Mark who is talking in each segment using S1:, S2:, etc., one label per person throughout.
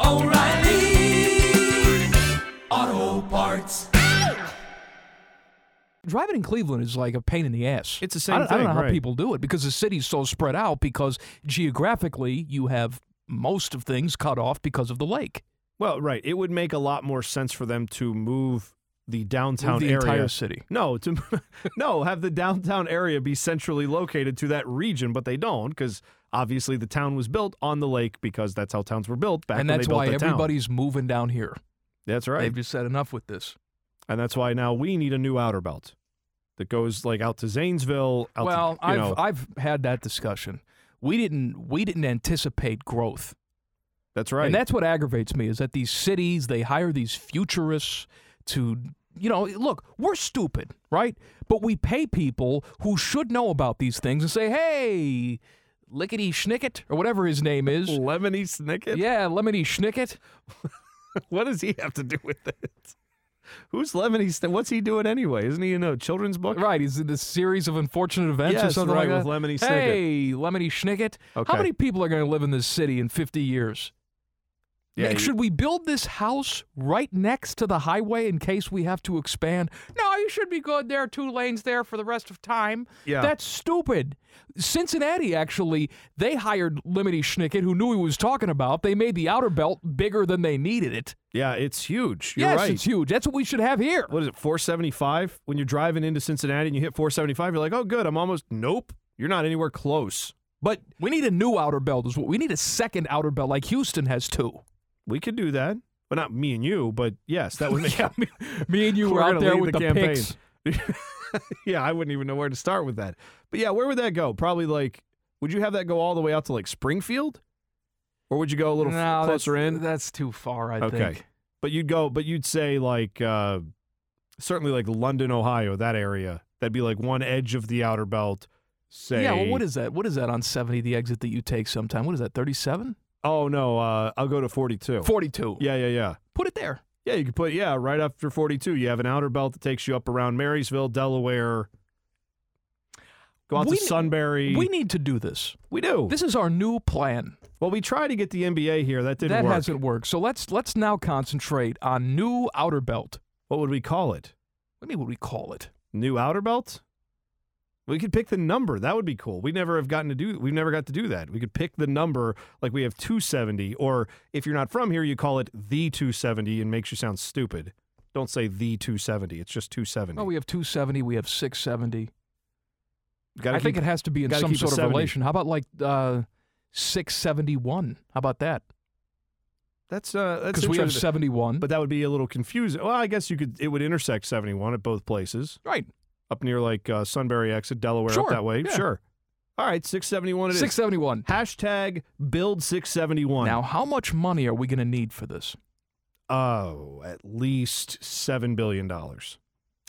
S1: oh, oh, O'Reilly. Auto Parts.
S2: Driving in Cleveland is like a pain in the ass.
S3: It's the same
S2: I don't, I don't
S3: thing,
S2: know how
S3: right.
S2: people do it because the city's so spread out. Because geographically, you have most of things cut off because of the lake.
S3: Well, right. It would make a lot more sense for them to move the downtown
S2: the
S3: area.
S2: entire city.
S3: No, to no, have the downtown area be centrally located to that region, but they don't because obviously the town was built on the lake because that's how towns were built back
S2: and
S3: when
S2: that's
S3: they built
S2: why
S3: the town.
S2: everybody's moving down here.
S3: That's right,
S2: They've just said enough with this.
S3: and that's why now we need a new outer belt that goes like out to Zanesville. Out
S2: well,
S3: to, you
S2: I've
S3: know,
S2: I've had that discussion. We didn't we didn't anticipate growth.
S3: that's right.
S2: And that's what aggravates me is that these cities they hire these futurists to you know look we're stupid right but we pay people who should know about these things and say hey lickety schnicket or whatever his name is
S3: Lemony Snicket.
S2: yeah lemony schnicket
S3: What does he have to do with it? Who's Lemony? Snicket? What's he doing anyway? Isn't he in a children's book?
S2: right he's in this series of unfortunate events or
S3: Yes,
S2: something
S3: right,
S2: like that
S3: with Lemony Snicket.
S2: hey lemony schnicket
S3: Okay.
S2: how many people are going to live in this city in 50 years Nick,
S3: you-
S2: should we build this house right next to the highway in case we have to expand? No, you should be good. There are two lanes there for the rest of time.
S3: Yeah.
S2: That's stupid. Cincinnati, actually, they hired Lemony Schnicket, who knew he was talking about. They made the outer belt bigger than they needed it.
S3: Yeah, it's huge. You're
S2: yes,
S3: right.
S2: it's huge. That's what we should have here.
S3: what is it, 475? When you're driving into Cincinnati and you hit 475, you're like, oh, good, I'm almost. Nope, you're not anywhere close.
S2: But we need a new outer belt, is what we need a second outer belt, like Houston has two.
S3: We could do that. But not me and you, but yes, that would make yeah, me,
S2: Me and you were out there with the, picks.
S3: yeah, I wouldn't even know where to start with that. But yeah, where would that go? Probably like, would you have that go all the way out to like Springfield? Or would you go a little f-
S2: No,
S3: closer
S2: that's,
S3: in?
S2: That's too far, I
S3: Okay.
S2: think.
S3: But you'd go, but you'd say like, uh, certainly like London, Ohio, that area. That'd be like one edge of the outer belt. Say,
S2: Yeah, well, what is that? What is that on 70, the exit that you take sometime? What is that, 37?
S3: Oh no, uh, I'll go to 42.
S2: 42.
S3: Yeah, yeah, yeah.
S2: Put it there.
S3: Yeah, you could put yeah, right after 42, you have an outer belt that takes you up around Marysville, Delaware. Go out
S2: We
S3: to
S2: ne-
S3: Sunbury.
S2: We need to do this.
S3: we do.
S2: This is our new plan.
S3: well, we tried to get the NBA here. That didn't
S2: that
S3: work.
S2: hasn't worked. So let's let's now concentrate on new outer belt.
S3: What would we call it?
S2: What do you mean, what do we call it?
S3: New outer belt? We could pick the number. That would be cool. We never have gotten to do we've never got to do that. We could pick the number like we have 270 or if you're not from here you call it the 270 and makes you sound stupid. Don't say the 270. It's just 270.
S2: Well, Oh, we have 270. We have 670.
S3: Gotta
S2: I think
S3: keep-
S2: it has to be in
S3: gotta
S2: some
S3: keep a
S2: sort of
S3: 70.
S2: relation. How about like uh, 671? How about that?
S3: That's uh, that's
S2: Because we have
S3: interesting.
S2: 71.
S3: but that would be a little confusing. Well, I guess you could. It would intersect seventy one at both places,
S2: right.
S3: up near like uh, Sunbury exit, Delaware,
S2: Sure,
S3: up that way.
S2: yeah.
S3: Sure. All right, six seventy one. It is.
S2: 671.
S3: Hashtag build six seventy one.
S2: Now, how much money are we going to need for this?
S3: oh, at least seven billion dollars.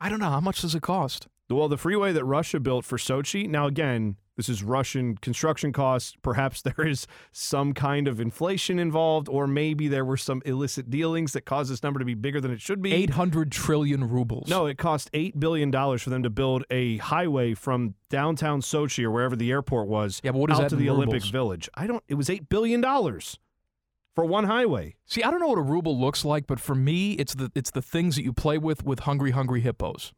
S2: I don't know. How much does it cost?
S3: Well, the freeway that Russia built for Sochi. Now, again, this is Russian construction costs. Perhaps there is some kind of inflation involved, or maybe there were some illicit dealings that caused this number to be bigger than it should be.
S2: 800 trillion rubles.
S3: No, it cost eight billion dollars for them to build a highway from downtown Sochi or wherever the airport was.
S2: Yeah, but what is
S3: out
S2: that
S3: to
S2: in
S3: the Olympic
S2: rubles?
S3: Village? I don't. It was eight billion dollars for one highway.
S2: See, I don't know what a ruble looks like, but for me, it's the it's the things that you play with with hungry, hungry hippos.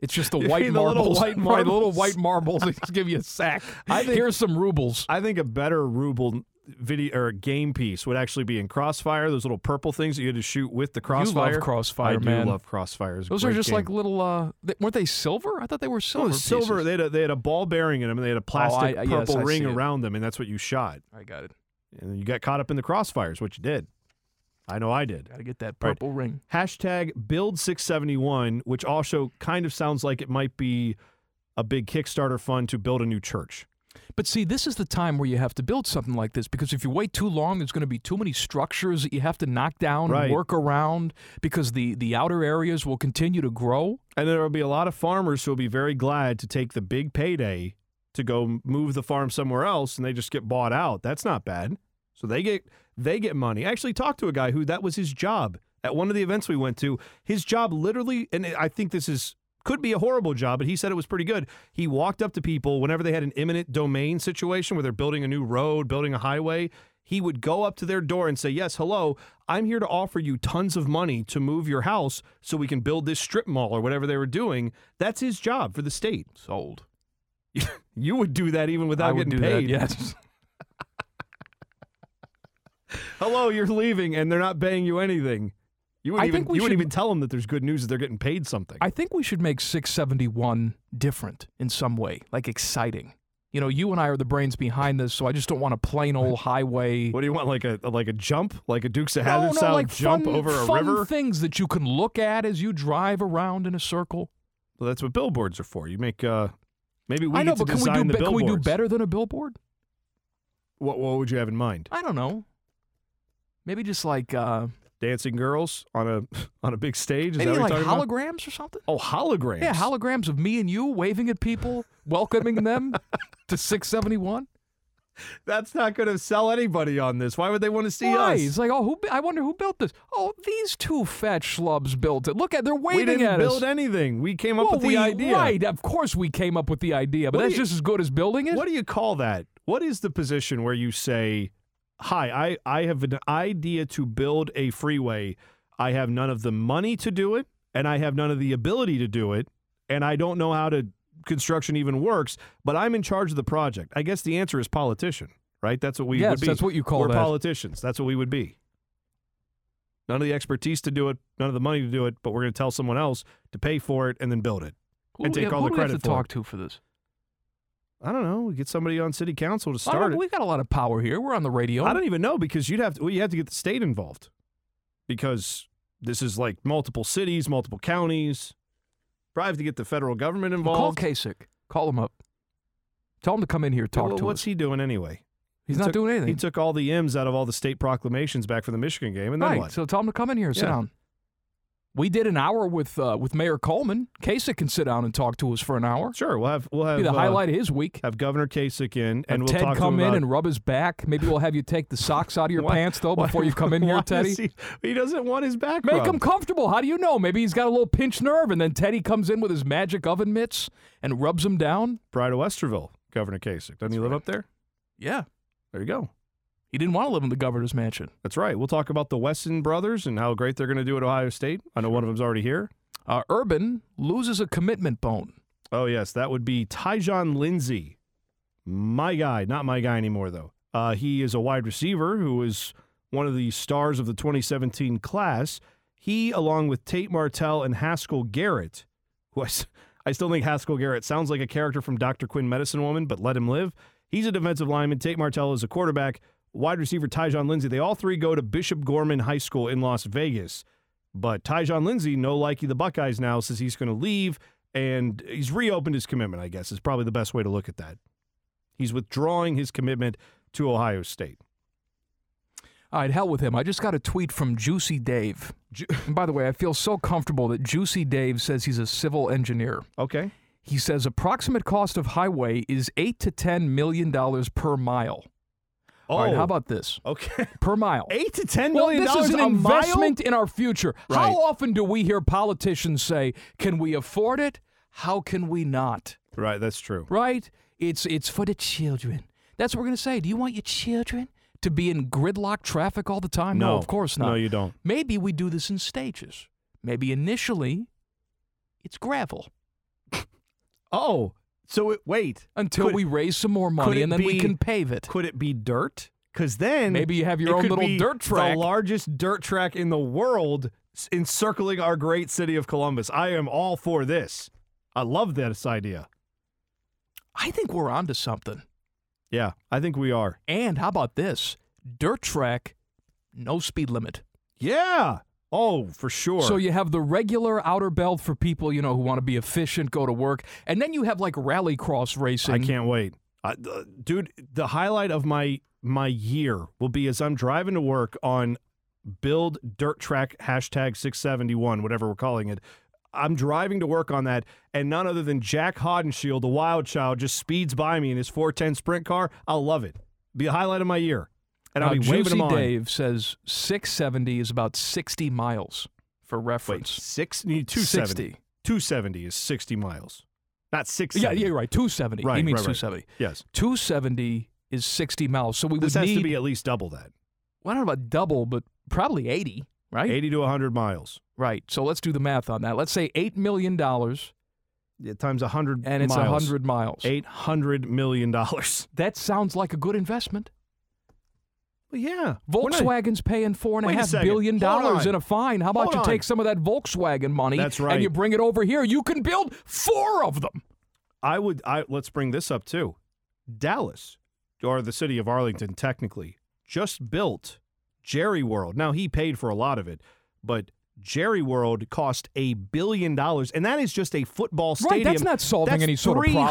S2: It's just the
S3: You
S2: white
S3: mean the little
S2: marbles,
S3: white
S2: Right, the little
S3: marbles?
S2: white marbles. They just give you a sack.
S3: I think-
S2: Here's some rubles.
S3: I think a better ruble video or game piece would actually be in Crossfire. Those little purple things that you had to shoot with the
S2: love
S3: Crossfire.
S2: Crossfire,
S3: I do
S2: man.
S3: love Crossfire. It's a
S2: Those are
S3: great
S2: just
S3: game.
S2: like little. Uh, th- weren't they silver? I thought they were silver.
S3: Oh, silver.
S2: pieces. Oh,
S3: They had, a, they had a ball bearing in them, and they had a plastic
S2: I- yes,
S3: purple
S2: I see
S3: ring
S2: it.
S3: around them, and that's what you shot.
S2: I got it.
S3: And you got caught up in the Crossfires, what you did. I know I did.
S2: Got to get that
S3: All right.
S2: purple ring.
S3: hashtag build 671 which also kind of sounds like it might be a big kickstarter fund to build a new church
S2: But see, this is the time where you have to build something like this because if you wait too long, there's going to be too many structures that you have to knock down
S3: Right.
S2: and work around because the, the outer areas will continue to grow.
S3: And there will be a lot of farmers who will be very glad to take the big payday to go m- move the farm somewhere else, and they just get bought out. That's not bad. So they get they get money. I actually talked to a guy who that was his job at one of the events we went to. His job literally, and I think this is could be a horrible job, but he said it was pretty good. He walked up to people whenever they had an eminent domain situation where they're building a new road, building a highway. He would go up to their door and say, Yes, hello, I'm here to offer you tons of money to move your house so we can build this strip mall or whatever they were doing. That's his job for the state.
S2: Sold.
S3: You would do that even without
S2: I would do
S3: getting paid.
S2: that. Yes.
S3: Hello, you're leaving and they're not paying you anything. You wouldn't,
S2: I
S3: even,
S2: think we
S3: you wouldn't
S2: should-
S3: even tell them that there's good news that they're getting paid something.
S2: I think we should make 671 different in some way, like exciting. You know, you and I are the brains behind this, so I just don't want a plain old highway.
S3: what do you want, like a like a jump, like a Dukes of
S2: no,
S3: Hazzard
S2: no,
S3: style
S2: like
S3: jump
S2: fun,
S3: over a
S2: fun
S3: river?
S2: things that you can look at as you drive around in a circle.
S3: Well, that's what billboards are for. You make uh, maybe we
S2: I know,
S3: get to
S2: but can we,
S3: design
S2: do,
S3: the
S2: be- can we
S3: billboards.
S2: do better than a billboard?
S3: What what would you have in mind?
S2: I don't know. Maybe just like uh,
S3: Dancing girls on a on a big stage? Is
S2: maybe
S3: that what
S2: like
S3: you're talking
S2: holograms or something.
S3: about? Oh, holograms.
S2: Yeah, holograms of me and you waving at people, welcoming them to 671.
S3: that's not going to sell anybody on this. Why would they want to see
S2: Why?
S3: us?
S2: It's like, oh, who? I wonder who built this. Oh, these two fat schlubs built it. Look at they're
S3: we
S2: waving
S3: didn't
S2: at us.
S3: build anything. We came up
S2: well,
S3: with the
S2: we,
S3: idea.
S2: Right, of course we came up with the idea, but
S3: What do
S2: that's
S3: you-
S2: just as good as building it.
S3: What do you call that? What is the position where you say, "Hi, I I have an idea to build a freeway. I have none of the money to do it, and I have none of the ability to do it, and I don't know how to construction even works, but I'm in charge of the project." I guess the answer is politician, right? That's what we
S2: Yes,
S3: would be.
S2: that's what you call
S3: We're
S2: that.
S3: politicians. That's what we would be. None of the expertise to do it, none of the money to do it, but we're going to tell someone else to pay for it and then build it.
S2: who,
S3: and
S2: do
S3: take
S2: we-
S3: all
S2: who
S3: the
S2: do we have
S3: credit
S2: to
S3: for it.
S2: talk to for this?
S3: I don't know. We get somebody on city council
S2: I
S3: to start
S2: don't-
S3: it.
S2: we got a lot of power here. We're on the radio.
S3: I don't even know because you'd have to well, you have to get the state involved because this is like multiple cities, multiple counties. Probably have to get the federal government
S2: Call
S3: involved.
S2: Kasich. Call him up. Tell him to come in here talk
S3: Well,
S2: to
S3: what's
S2: us.
S3: he doing anyway?
S2: He's
S3: He
S2: not
S3: took-
S2: doing
S3: He
S2: anything.
S3: took all the M's out of all the state proclamations back for the Michigan game, and then
S2: right.
S3: what?
S2: So tell him to come in here. Sit
S3: Yeah.
S2: down. We did an hour with uh, with Mayor Coleman. Kasich can sit down and talk to us for an hour.
S3: sure, we'll have we'll have
S2: Be the
S3: uh,
S2: highlight of his week.
S3: have Governor Kasich in, and
S2: Have
S3: we'll
S2: Ted
S3: talk
S2: come
S3: to
S2: in
S3: him about
S2: and rub his back. Maybe we'll have you take the socks out of your
S3: Why-
S2: pants though
S3: why-
S2: before you come in here,
S3: why does
S2: Teddy.
S3: He, he doesn't want his back.
S2: Make
S3: rubbed.
S2: him comfortable. How do you know? Maybe he's got a little pinched nerve, and then Teddy comes in with his magic oven mitts and rubs him down.
S3: Bride of Westerville, Governor Kasich. Doesn't he live up there?
S2: Yeah,
S3: There you go.
S2: he didn't want to live in the governor's mansion.
S3: That's right. We'll talk about the Wesson brothers and how great they're going to do at Ohio State. I know one of them's already here.
S2: Uh, Urban loses a commitment bone.
S3: Oh yes, that would be Tyjon Lindsey. My guy, not my guy anymore though. Uh, he is a wide receiver who is one of the stars of the 2017 class. He, along with Tate Martell and Haskell Garrett, who I, s- I still think Haskell Garrett sounds like a character from Dr. Quinn Medicine Woman, but let him live. He's a defensive lineman. Tate Martell is a quarterback. Wide receiver Tyjon Lindsey. They all three go to Bishop Gorman High School in Las Vegas. But Tyjon Lindsey, no likey the Buckeyes now, says he's going to leave, and he's reopened his commitment. I guess is probably the best way to look at that. He's withdrawing his commitment to Ohio State.
S2: All right, hell with him. I just got a tweet from Juicy Dave. Ju- and by the way, I feel so comfortable that Juicy Dave says he's a civil engineer.
S3: Okay,
S2: He says approximate cost of highway is eight to ten million dollars per mile. All right,
S3: Oh.
S2: how about this
S3: okay,
S2: per mile?
S3: eight to ten
S2: Well,
S3: million
S2: this
S3: dollars
S2: is an
S3: a
S2: investment in our future.
S3: Right.
S2: How often do we hear politicians say, "Can we afford it? How can we not?"
S3: mile. Right, that's true.
S2: Right? It's it's for the children. That's what we're going to say. Do you want your children to be in gridlock traffic all the time?
S3: No.
S2: of course not.
S3: No, you don't.
S2: Maybe we do this in stages. Maybe initially it's gravel
S3: Oh, so it, wait
S2: until
S3: Could-
S2: we raise some more
S3: could
S2: money
S3: it
S2: and then we
S3: be-
S2: can pave it.
S3: Could it be dirt? Because then
S2: Maybe you have your
S3: it
S2: own
S3: could
S2: little
S3: be
S2: dirt track.
S3: the largest dirt track in the world, s- encircling our great city of Columbus. I am all for this. I love this idea.
S2: I think we're onto something.
S3: Yeah, I think we are.
S2: And how about this? Dirt track, no speed limit.
S3: Yeah. Oh, for sure.
S2: So you have the regular outer belt for people, you know, who want to be efficient, go to work, and then you have like rally cross racing.
S3: I can't wait. Uh, th- dude, the highlight of my my year will be as I'm driving to work on build dirt track hashtag 671, whatever we're calling it. I'm driving to work on that, and none other than Jack Hodenshield, the wild child, just speeds by me in his 410 sprint car. I'll love it. Be a highlight of my year. And I'll
S2: now,
S3: be waving
S2: Uh, Juicy
S3: him on.
S2: Dave says 670 is about 60 miles for
S3: Wait,
S2: reference.
S3: six, you need 270.
S2: 60.
S3: 270 is 60 miles, not 60.
S2: Yeah, yeah, you're right. 270.
S3: Right,
S2: he means
S3: right, right.
S2: 270.
S3: Yes.
S2: 270 is 60 miles. So we
S3: This
S2: would
S3: has
S2: need,
S3: to be at least double that
S2: well, I don't know about double, but probably 80, right?
S3: 80 to 100 miles.
S2: Right. So let's do the math on that. Let's say $8 million and
S3: Yeah, times 100
S2: it's a
S3: miles.
S2: 100 miles.
S3: 800 million dollars.
S2: That sounds like a good investment.
S3: Well, yeah. We're not-
S2: Volkswagen's paying four and a
S3: Wait a
S2: half
S3: second.
S2: billion
S3: Hold
S2: dollars
S3: on.
S2: in a fine. How about
S3: Hold
S2: you
S3: on.
S2: take some of that Volkswagen money
S3: That's
S2: and you
S3: right.
S2: bring it over here? You can build four of them.
S3: I would I let's bring this up too. Dallas or the city of Arlington technically just built Jerry World. Now he paid for a lot of it, but Jerry World cost a billion dollars, and that is just a football
S2: Right,
S3: stadium.
S2: that's not solving
S3: That's
S2: any sort of problem.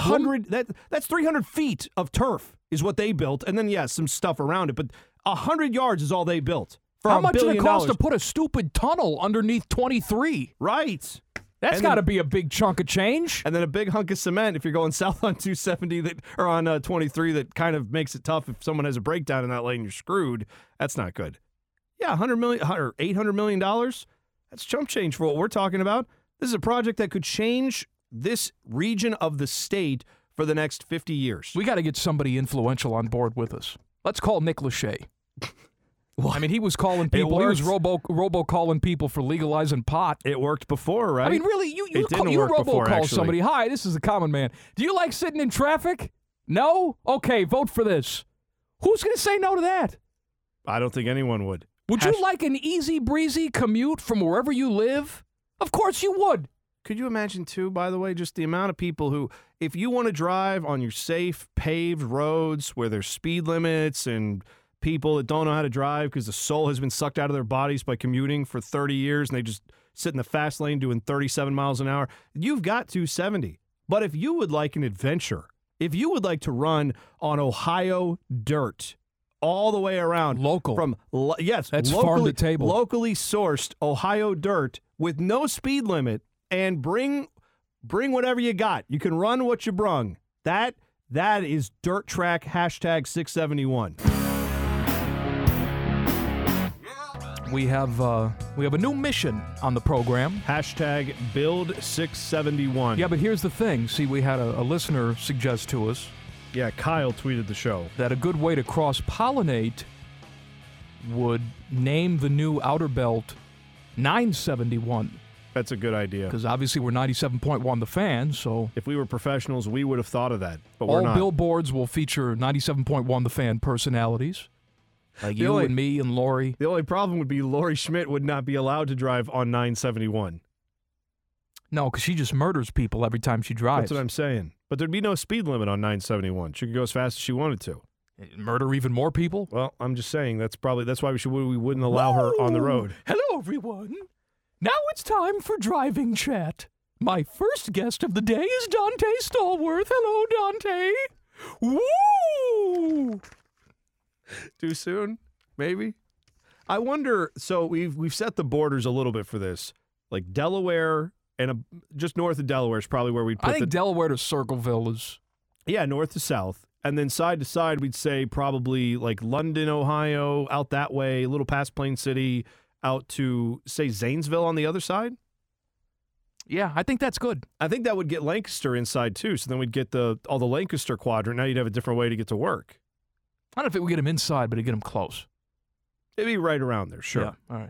S3: 300 That that's three hundred feet of turf is what they built, and then yes, some stuff around it, but hundred yards is all they built for
S2: How
S3: a
S2: much did it
S3: billion
S2: cost
S3: dollars.
S2: to put a stupid tunnel underneath 23?
S3: right?
S2: That's
S3: And
S2: got to
S3: then-
S2: be a big chunk of change.
S3: and then a big hunk of cement if you're going south on 270 that or on uh, 23 that kind of makes it tough if someone has a breakdown in that lane you're screwed that's not good yeah 100 million or 800 million dollars that's chump change for what we're talking about this is a project that could change this region of the state for the next 50 years
S2: We got to get somebody influential on board with us. Let's call Nick Lachey. I mean, he was calling people. He was
S3: works.
S2: robo robo calling people for legalizing pot.
S3: it worked before right
S2: I mean, really, you you,
S3: It
S2: call,
S3: didn't
S2: you
S3: work
S2: robo
S3: before,
S2: call
S3: actually.
S2: somebody. Hi, this is the common man. Do you like sitting in traffic? No. Okay, vote for this. Who's going to say no to that?
S3: i don't think anyone would
S2: Would
S3: Hash-
S2: you like an easy breezy commute from wherever you live? Of course you would.
S3: Could you imagine too, by the way, just the amount of people who if you want to drive on your safe paved roads where there's speed limits and people that don't know how to drive because the soul has been sucked out of their bodies by commuting for 30 years and they just sit in the fast lane doing 37 miles an hour, you've got 270. But if you would like an adventure, if you would like to run on Ohio dirt all the way around
S2: Local.
S3: from lo- yes,
S2: That's farm to
S3: locally,
S2: table.
S3: locally sourced Ohio dirt with no speed limit and bring bring whatever you got. You can run what you brung. That that is dirt track hashtag six seventy one.
S2: We have uh, we have a new mission on the program.
S3: Hashtag build six seventy one.
S2: Yeah, but here's the thing. See, we had a, a listener suggest to us
S3: Yeah, Kyle tweeted the show.
S2: that a good way to cross pollinate would name the new outer belt 971
S3: That's a good idea.
S2: because obviously we're 97.1 the fan so
S3: If we were professionals, we would have thought of that. But
S2: all billboards will feature 97.1 the fan personalities like you
S3: only-
S2: and me and Lori
S3: the only problem would be Lori Schmidt would not be allowed to drive on 971.
S2: no because she just murders people every time she drives
S3: That's what I'm saying. But there'd be no speed limit on 971. She could go as fast as she wanted to.
S2: murder even more people
S3: Well, I'm just saying that's probably that's why we should we wouldn't allow her on the
S2: Whoa!
S3: road.
S2: Hello, everyone. Now it's time for driving chat. My first guest of the day is Dante Stallworth. Hello, Dante. Woo!
S3: Too soon, maybe. I wonder. So we've we've set the borders a little bit for this, like Delaware and a, just north of Delaware is probably where we'd put
S2: I
S3: the
S2: think Delaware to Circleville is
S3: yeah north to south, and then side to side we'd say probably like London, Ohio, out that way, a little past Plain City, out to say Zanesville on the other side.
S2: yeah. I think that's good.
S3: I think that would get Lancaster inside too. So then we'd get the all the Lancaster quadrant. Now you'd have a different way to get to work.
S2: I don't know if it would get him inside, but it would get him close.
S3: It'd be right around there, sure.
S2: Yeah, all right.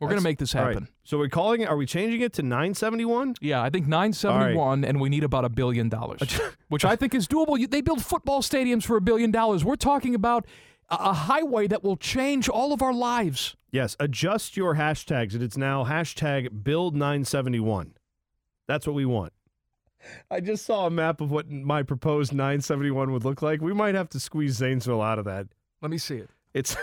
S2: We're gonna
S3: That's-
S2: make this
S3: All right.
S2: happen.
S3: So we're calling it. Are we changing it to 971?
S2: Yeah, I think 971, and we need about a billion dollars, which I think is doable. You, they build football stadiums for a billion dollars. We're talking about a, a highway that will change all of our lives.
S3: Yes. Adjust your hashtags. It is now hashtag build 971. That's what we want. I just saw a map of what my proposed 971 would look like. We might have to squeeze Zanesville out of that.
S2: Let me see it.
S3: It's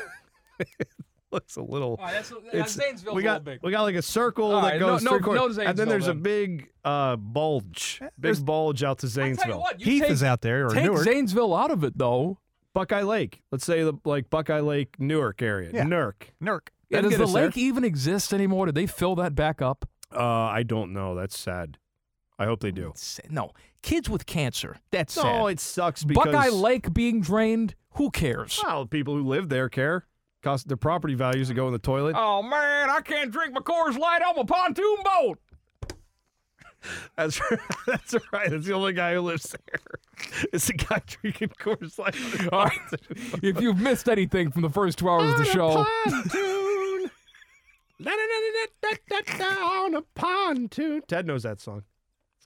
S3: looks a little.
S2: All right, that's, that's
S3: it's-
S2: Zanesville's
S3: we
S2: a
S3: got
S2: little big.
S3: we got like a circle
S2: All
S3: that
S2: right, no-
S3: goes
S2: no-
S3: three quarters,
S2: no
S3: and then there's a
S2: Zanesville,
S3: big uh, bulge, big
S4: There's-
S3: bulge out to
S2: I
S3: Zanesville.
S2: tell you what, you
S4: Heath
S2: take,
S4: is out there, or
S2: take
S4: Newark.
S2: Zanesville out of it though.
S3: Buckeye Lake. Let's say the like Buckeye Lake, Newark area.
S4: Yeah.
S3: Newark.
S4: Newark.
S2: Yeah,
S3: That'd
S2: does
S3: get
S2: the
S3: us there.
S2: lake even exist anymore? Did they fill that back up?
S3: Uh, I don't know. That's sad. I hope they do.
S2: S- No, kids with cancer. That's
S3: No,
S2: sad.
S3: it sucks Oh, because
S2: Buckeye Lake being drained. Who cares?
S3: Well, people who live there care. Cost their property values to go in the toilet.
S2: Oh man, I can't drink my Coors Light. I'm a pontoon boat.
S3: That's that's right. That's the only guy who lives there. It's the guy drinking Coors Light.
S2: All right. if you've missed anything from the first two hours of the show,
S3: pontoon. on a pontoon. Ted knows that song. It's